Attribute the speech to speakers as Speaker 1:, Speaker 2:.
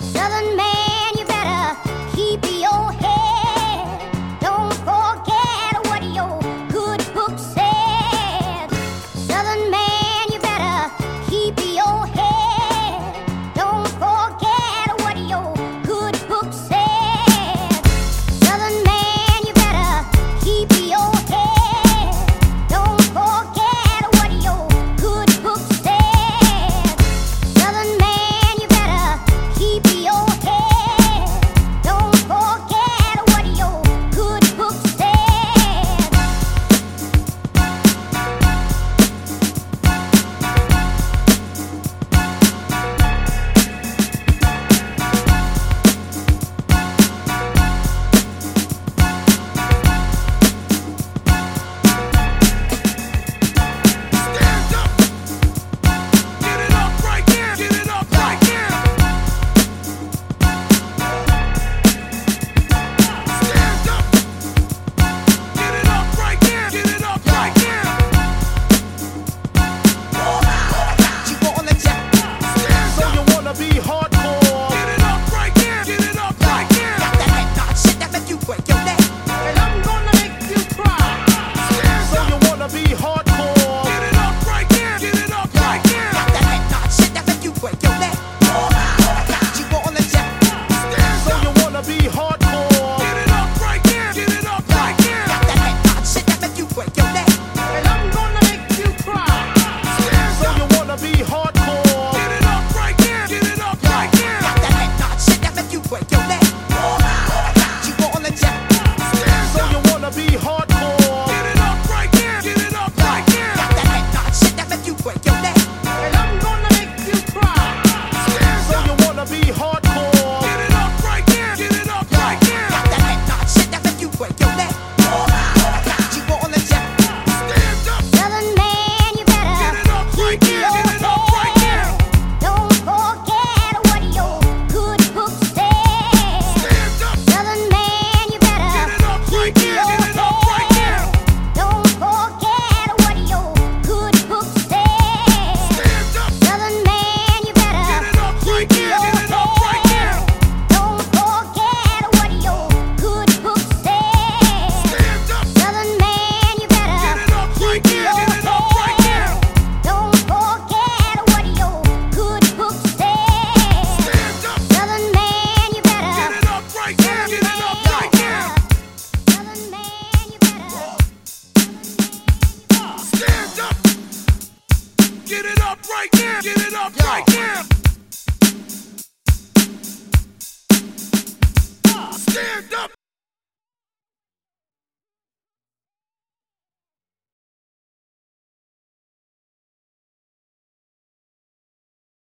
Speaker 1: cousin